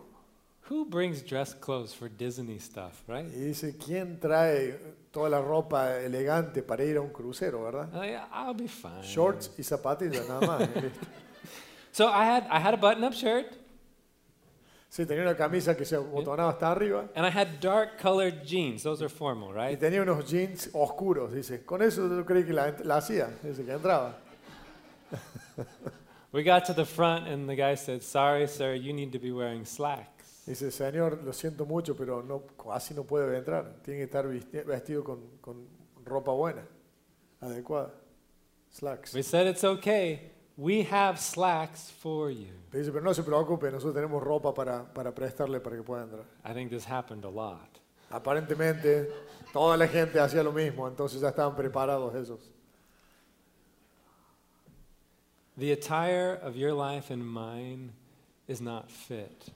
B: Who brings dress clothes for Disney stuff, right?
A: Y dice, ¿quién trae toda la ropa elegante para ir a un crucero, verdad?
B: Oh, yeah, I'll be fine.
A: Shorts y zapatillas nada más. y listo.
B: So I had I had a button-up shirt
A: Sí, tenía una camisa que se abotonaba hasta arriba.
B: and I had dark colored jeans. Those are formal,
A: Y
B: right?
A: tenía unos jeans oscuros, dice. Con eso yo creí que la, la hacía, dice que entraba.
B: We got to the front, and the guy said, Sorry, sir, you need to be wearing slacks.
A: Dice, Señor, lo siento mucho, pero no, así no puede entrar. Tiene que estar visti- vestido con, con ropa buena, adecuada. Slacks.
B: We said, It's okay. We have slacks for you.
A: Le dice, pero no se preocupe, nosotros tenemos ropa para, para prestarle para que pueda entrar.
B: I think this happened a lot.
A: Aparentemente, toda la gente hacía lo mismo, entonces ya estaban preparados ellos.
B: The attire of your life and mine is not fit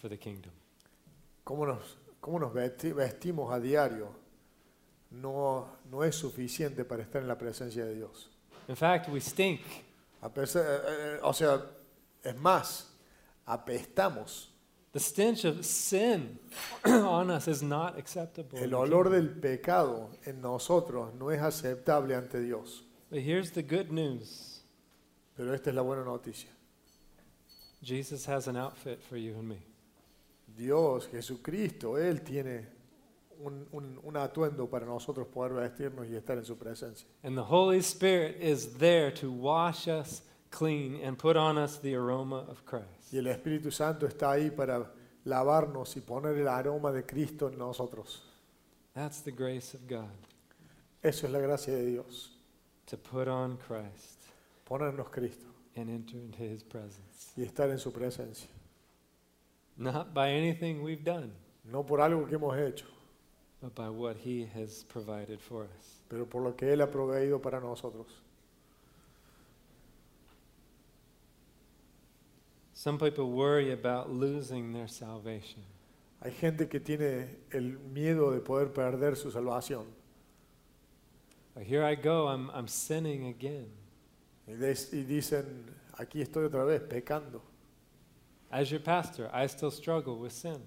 B: for the kingdom.
A: ¿Cómo nos, cómo nos vesti- vestimos a diario? No, no es suficiente para estar en la presencia de Dios.
B: In fact, we stink.
A: A pesar- eh, eh, o sea, es más, apestamos.
B: The stench of sin on us is not acceptable. in
A: El
B: the
A: olor
B: kingdom.
A: del pecado en nosotros no es aceptable ante Dios.
B: But here's the good news
A: Pero esta es la buena noticia.
B: Jesus has an outfit for you and me.
A: Dios, Jesucristo, Él tiene un, un- un atuendo para nosotros poder vestirnos y estar en su presencia.
B: And the Holy Spirit is there to wash us clean and put on us the aroma of Christ.
A: Y el Espíritu Santo está ahí para lavarnos y poner el aroma de Cristo en nosotros.
B: That's the grace of God,
A: Eso es la gracia de Dios,
B: to put on Christ
A: ponernos Cristo
B: and enter into his presence.
A: y estar en su presencia.
B: Not by anything we've done,
A: No por algo que hemos hecho,
B: but by what he has provided for us.
A: pero por lo que Él ha proveído para nosotros.
B: Some people worry about losing their salvation.
A: Hay gente que tiene el miedo de poder perder su salvación.
B: Like, here I go, I'm, I'm sinning again.
A: Y, des- y dicen, aquí estoy otra vez pecando.
B: As your pastor, I still struggle with sin.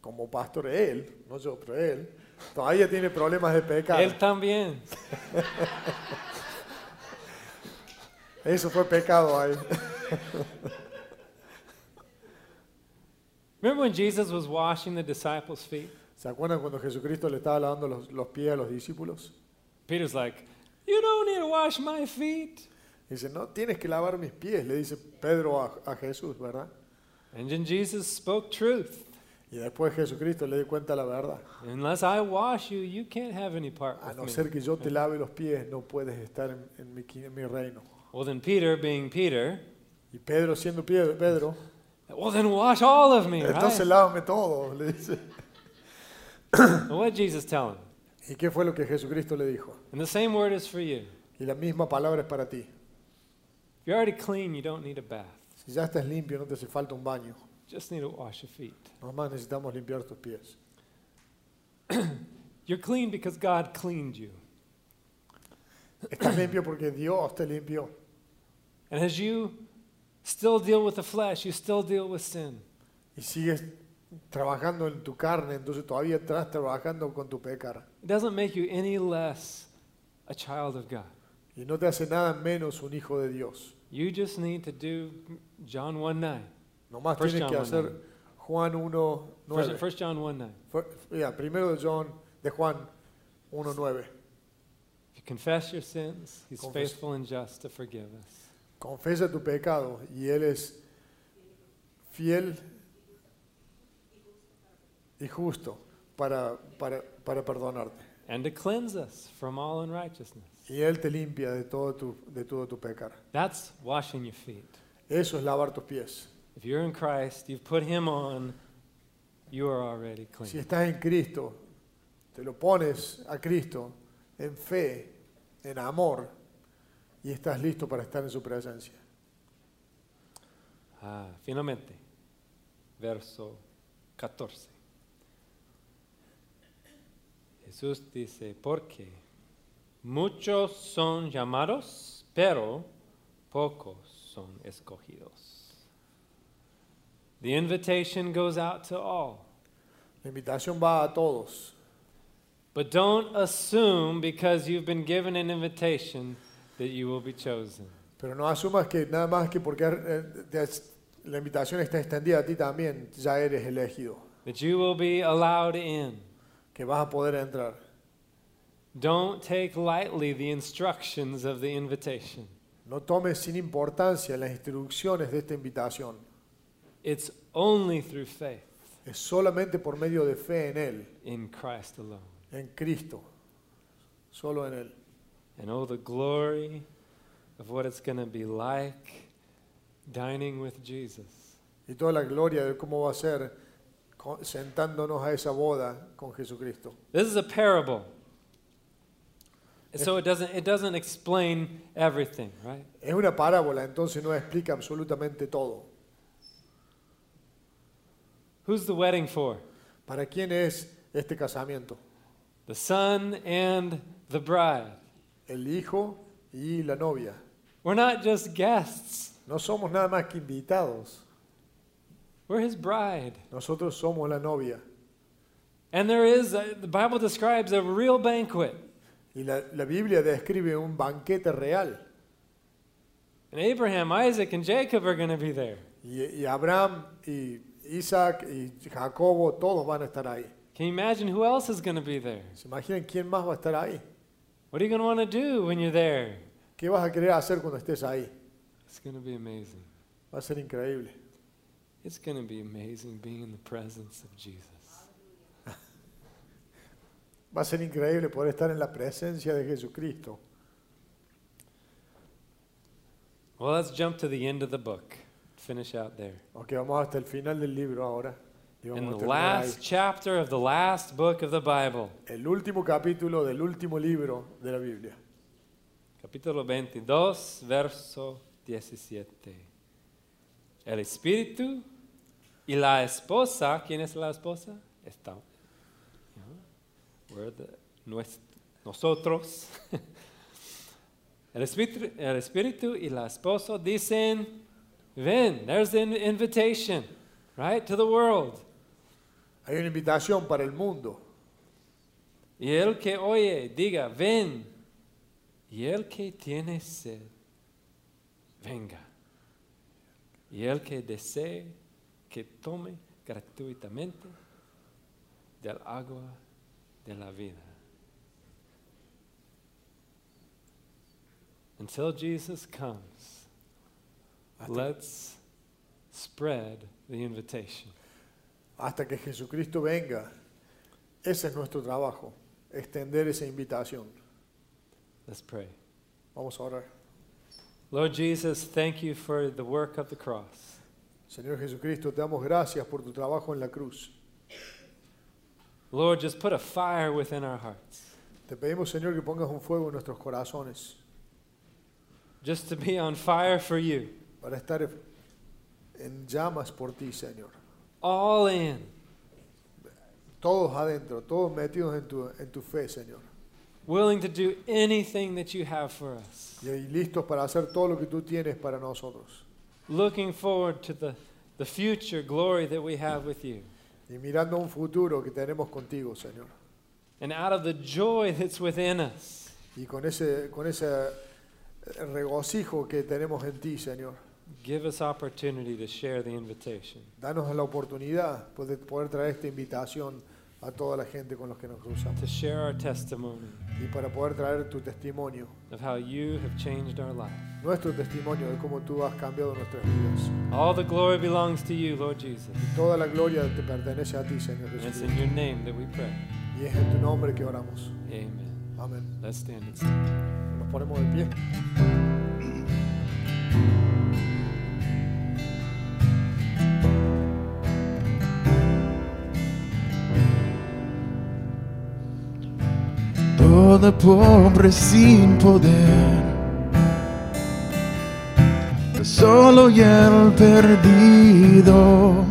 A: Como pastor él, no yo, pero él, todavía tiene problemas de pecado.
B: Él también.
A: Eso fue pecado ahí.
B: Remember when Jesus was washing the disciples' feet?
A: ¿Se acuerdan cuando Jesucristo le estaba lavando los, los pies a los discípulos?
B: Peter's like, You don't need to wash my feet.
A: Dice, no, tienes que lavar mis pies, le dice Pedro a, a Jesús, ¿verdad?
B: And then Jesus spoke truth.
A: Y después Jesucristo le dio cuenta la verdad.
B: Unless I wash you, you can't have any part
A: A
B: with
A: Ah, no
B: me.
A: ser que yo te lave los pies, no puedes estar en, en mi, qui- en mi reino.
B: Well, then Peter, being Peter,
A: Y Pedro, siendo pie- Pedro,
B: well, then wash all of me,
A: entonces
B: right?
A: lávame todo, le dice.
B: And what did Jesus tell him?
A: ¿Y qué fue lo que Jesucristo le dijo?
B: And the same word is for you.
A: Y la misma palabra es para ti.
B: If you're already clean, you don't need a bath.
A: Si ya estás limpio, no te hace falta un baño.
B: Just need to wash your feet.
A: Nomás necesitamos limpiar tus pies.
B: You're clean because God cleaned you.
A: Estás limpio porque Dios te limpió.
B: And as you still deal with the flesh, you still deal with sin.
A: Y sigues trabajando en tu carne, entonces todavía estás trabajando con tu pecar.
B: It doesn't make you any less a child of God.
A: Y no te hace nada menos un hijo de Dios.
B: You just need to do John 1 9.
A: Nomás
B: First
A: tienes que
B: John
A: hacer
B: 1:9.
A: Juan 1,
B: First, First John 1 9.
A: primero de, John, de Juan 1, 9.
B: If you confess your sins, he's
A: Confess.
B: faithful and just to forgive us.
A: Confesa tu pecado y Él es fiel y justo para, para, para perdonarte.
B: And to cleanse us from all unrighteousness.
A: Y Él te limpia de todo tu, de todo tu pecar.
B: That's washing your feet.
A: Eso es lavar tus pies.
B: If you're in Christ, you've put him on, you are already clean.
A: Si estás en Cristo, te lo pones a Cristo en fe, en amor, y estás listo para estar en su presencia.
B: Ah, finalmente, verso 14. Jesús dice, porque muchos son llamados, pero pocos son escogidos. The invitation goes out to all,
A: La invitación va a todos.
B: but don't assume because you've been given an invitation that you will be chosen.
A: Pero no asumas que nada más que porque eh, te has- la invitación está extendida a ti también, ya eres elegido,
B: That you will be allowed in.
A: que vas a poder entrar.
B: Don't take lightly the instructions of the invitation.
A: No tomes sin importancia las instrucciones de esta invitación.
B: It's only through faith
A: Es solamente por medio de fe en Él,
B: in Christ alone.
A: en Cristo, solo en Él.
B: And oh, the glory of what it's going to be like dining with Jesus.
A: Y toda la gloria de cómo va a ser co- sentándonos a esa boda con Jesucristo.
B: This is a parable. So it doesn't, it doesn't explain everything, right?
A: Es una parábola, entonces no explica absolutamente todo.
B: Who's the wedding for?
A: ¿Para quién es este casamiento?
B: The son and the bride.
A: El hijo y la novia.
B: We're not just guests,
A: No somos nada más que invitados.
B: we're his bride.
A: Nosotros somos la novia.
B: And there is, a, the Bible describes a real banquet.
A: Y la, la Biblia describe un banquete real.
B: And Abraham, Isaac, and Jacob are going to be there.
A: Y, y Abraham y Isaac y Jacobo, todos van a estar ahí.
B: Can you imagine who else is going to be there?
A: ¿Se imaginan quién más va a estar ahí?
B: What are you going to want to do when you're there?
A: ¿Qué vas a querer hacer cuando estés ahí?
B: It's going to be amazing.
A: Va a ser increíble.
B: It's going to be amazing being in the presence of Jesus.
A: Va a ser increíble poder estar en la presencia de Jesucristo.
B: Well, let's jump to the end of the book. Finish out there.
A: Ok, vamos hasta el final del libro ahora. Y vamos
B: In
A: a
B: the
A: terminar ahí.
B: last chapter of the last book of the Bible,
A: El último capítulo del último libro de la Biblia.
B: capítulo 22, verso 17. El espíritu y la esposa, ¿quién es la esposa? Está. We're the- nues- nosotros. el, espíritu, el espíritu y la esposa dicen, ven, there's an invitation, right, to the world.
A: Hay una invitación para el mundo.
B: Y el que oye, diga, ven. Y el que tiene sed, venga. Y el que desee, que tome gratuitamente del agua de la vida. Until Jesus comes,
A: Hasta,
B: let's spread the invitation.
A: hasta que Jesucristo venga. Ese es nuestro trabajo, extender esa invitación.
B: Let's pray.
A: Vamos a orar.
B: Lord Jesus, thank you for the work of the cross.
A: Señor Jesucristo, te damos gracias por tu trabajo en la cruz.
B: Lord, just put a fire within our hearts,
A: Te pedimos, Señor, que pongas un fuego en nuestros corazones
B: just to be on fire for you,
A: para estar en llamas por ti, Señor.
B: all in.
A: Todos adentro, todos metidos en tu, en tu fe, Señor.
B: Willing to do anything that you have for us.
A: Y listos para hacer todo lo que tú tienes para nosotros.
B: Looking forward to the, the future glory that we have with you.
A: Y mirando a un futuro que tenemos contigo, Señor.
B: And out of the joy that's within us,
A: Y con ese, con ese eh, regocijo que tenemos en ti, Señor.
B: give us opportunity to share the invitation.
A: Danos la oportunidad pues, de poder traer esta invitación a toda la gente con los que nos cruzamos.
B: To share our testimony
A: Y para poder traer tu testimonio,
B: of how you have changed our life.
A: nuestro testimonio de cómo tú has cambiado nuestras vidas.
B: All the glory belongs to you, Lord Jesus.
A: Toda la gloria te pertenece a ti, Señor
B: And it's
A: Jesús.
B: in your name that we pray.
A: Y es en tu nombre que oramos.
B: Amen.
A: Amén.
B: Let's stand and
A: Nos ponemos de pie.
C: Todo pobre sin poder, solo y el perdido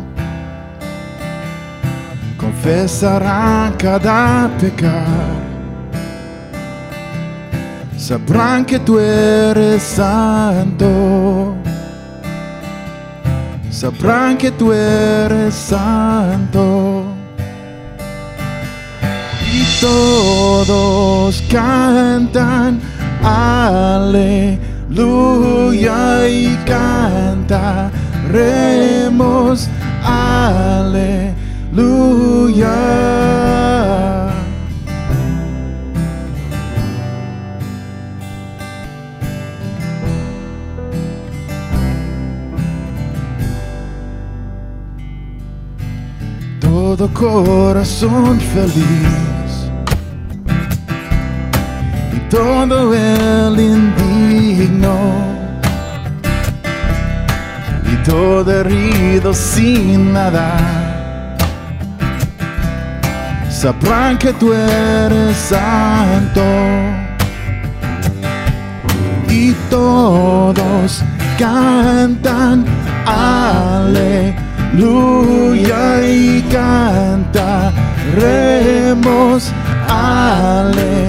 C: confesará cada pecar. Sabrán que tú eres santo. Sabrán que tú eres santo y todos cantan aleluya y cantaremos aleluya corazón feliz y todo el indigno y todo herido sin nada sabrán que tú eres santo y todos cantan aleluya y cantaremos aleluya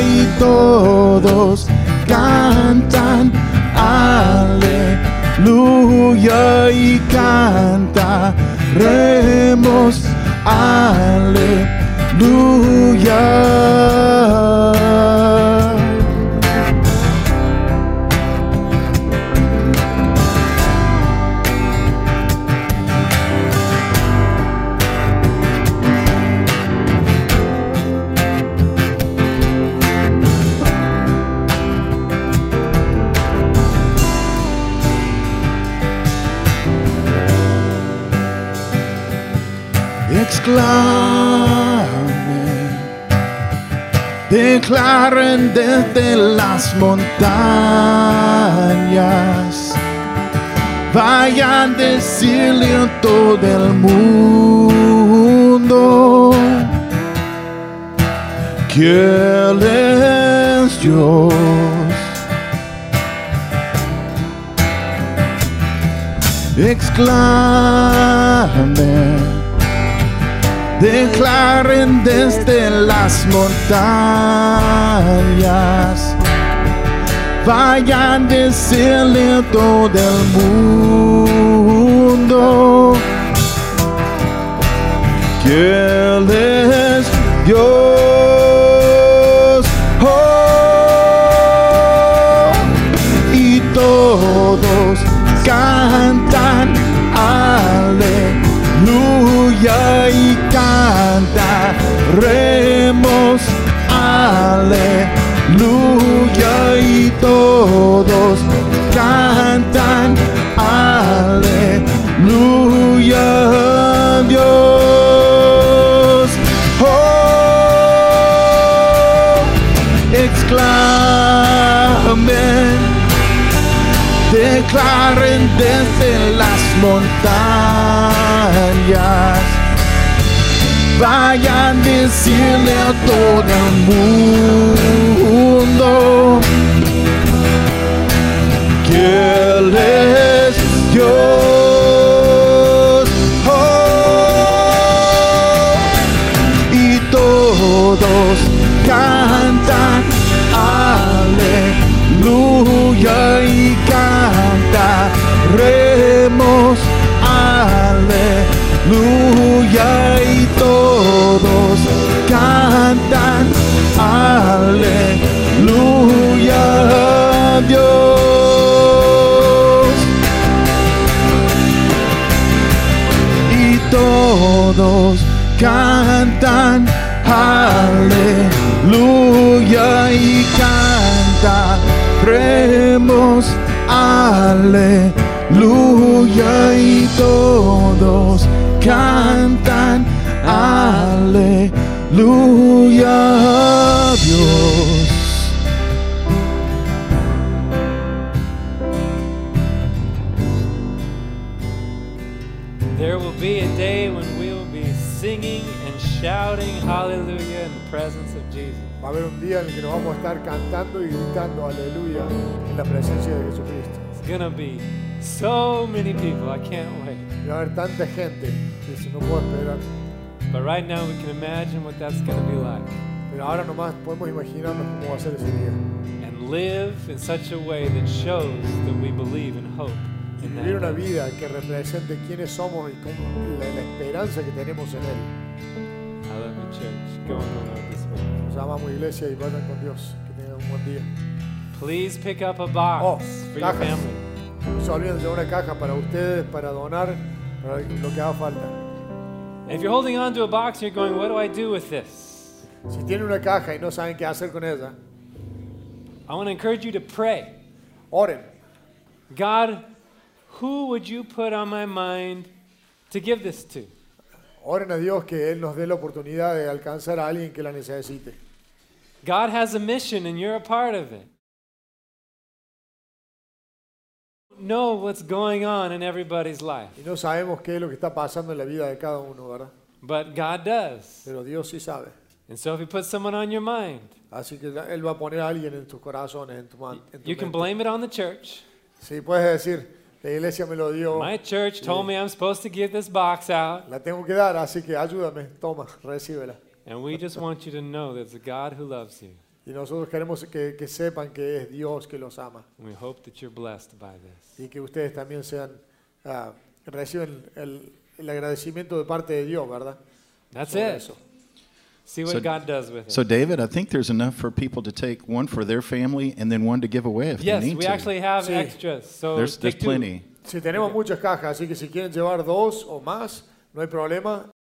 C: y todos cantan aleluya y cantaremos aleluya exclamen, declaren desde las montañas, vayan a decirle a todo el mundo que Él es Dios. Exclamen declaren desde las montañas. Vayan a decirle a todo el mundo que Él es Dios. Oh y todos cantan aleluya y cantaremos aleluya y todos cantan aleluya Dios oh exclamen declaren desde las montañas. Vayan a decirle a todo el mundo que Él es Dios. Oh, y todos cantan aleluya y cantaremos aleluya y todos cantan aleluya Dios y todos cantan aleluya y cantaremos aleluya y todos cantan aleluya Dios
B: There will be a day when we will be singing and shouting hallelujah in the presence of Jesus.
A: Va a haber un día en el que nos vamos a estar cantando y gritando aleluya en la presencia de Jesucristo.
B: It's going to be so many people. I can't wait.
A: Y va a haber tanta gente que dice, no puedo esperar.
B: But right now we can imagine what that's going to be like
A: Pero ahora nomás podemos imaginarnos cómo va a ser ese día.
B: and live in such a way that shows that we believe and hope
A: Y
B: in
A: vivir una
B: that.
A: vida que represente quiénes somos y cómo- la, la esperanza que tenemos en Él.
B: I love you, church. Go on, Lord, this week.
A: Nos llamamos iglesia y vayan con Dios. Que tengan un buen día.
B: Please pick up a box
A: Oh,
B: for your
A: cajas.
B: family.
A: No se olviden de llevar una caja para ustedes, para donar, para lo que haga falta.
B: And if you're holding on to a box and you're going, what do I do with this?
A: Si tienen una caja y no saben qué hacer con ella,
B: I want to encourage you to pray.
A: oren.
B: God, who would you put on my mind to give this to?
A: Oren a Dios que Él nos dé la oportunidad de alcanzar a alguien que la necesite.
B: God has a mission and you're a part of it. Know what's going on in everybody's life,
A: Y no sabemos qué es lo que está pasando en la vida de cada uno, ¿verdad?
B: but God does.
A: Pero Dios sí sabe.
B: And so if He puts someone on your mind,
A: Así que Él va a poner a alguien en tus corazones, en tu mano.
B: you can blame it on the church.
A: Sí, puedes decir, la iglesia me lo dio,
B: My church told me I'm supposed to give this box out,
A: la tengo que dar, así que ayúdame, toma, recíbela.
B: and we just want you to know there's a God who loves you.
A: Y nosotros queremos que, que sepan que es Dios que los ama
B: And we hope that you're blessed by this.
A: y que ustedes también sean, ah, reciben el, el agradecimiento de parte de Dios, ¿verdad?
B: That's
A: Sobre
B: it.
A: eso.
B: See what
C: So-
B: God does with it.
C: So, David, I think there's enough for people to take one for their family and then one to give away if
B: yes,
C: they need
B: we
C: to.
B: actually have
A: See.
B: extras. So
C: there's there's
B: take two.
C: plenty.
A: Sí, tenemos muchas cajas, así que si quieren llevar dos o más, no hay problema.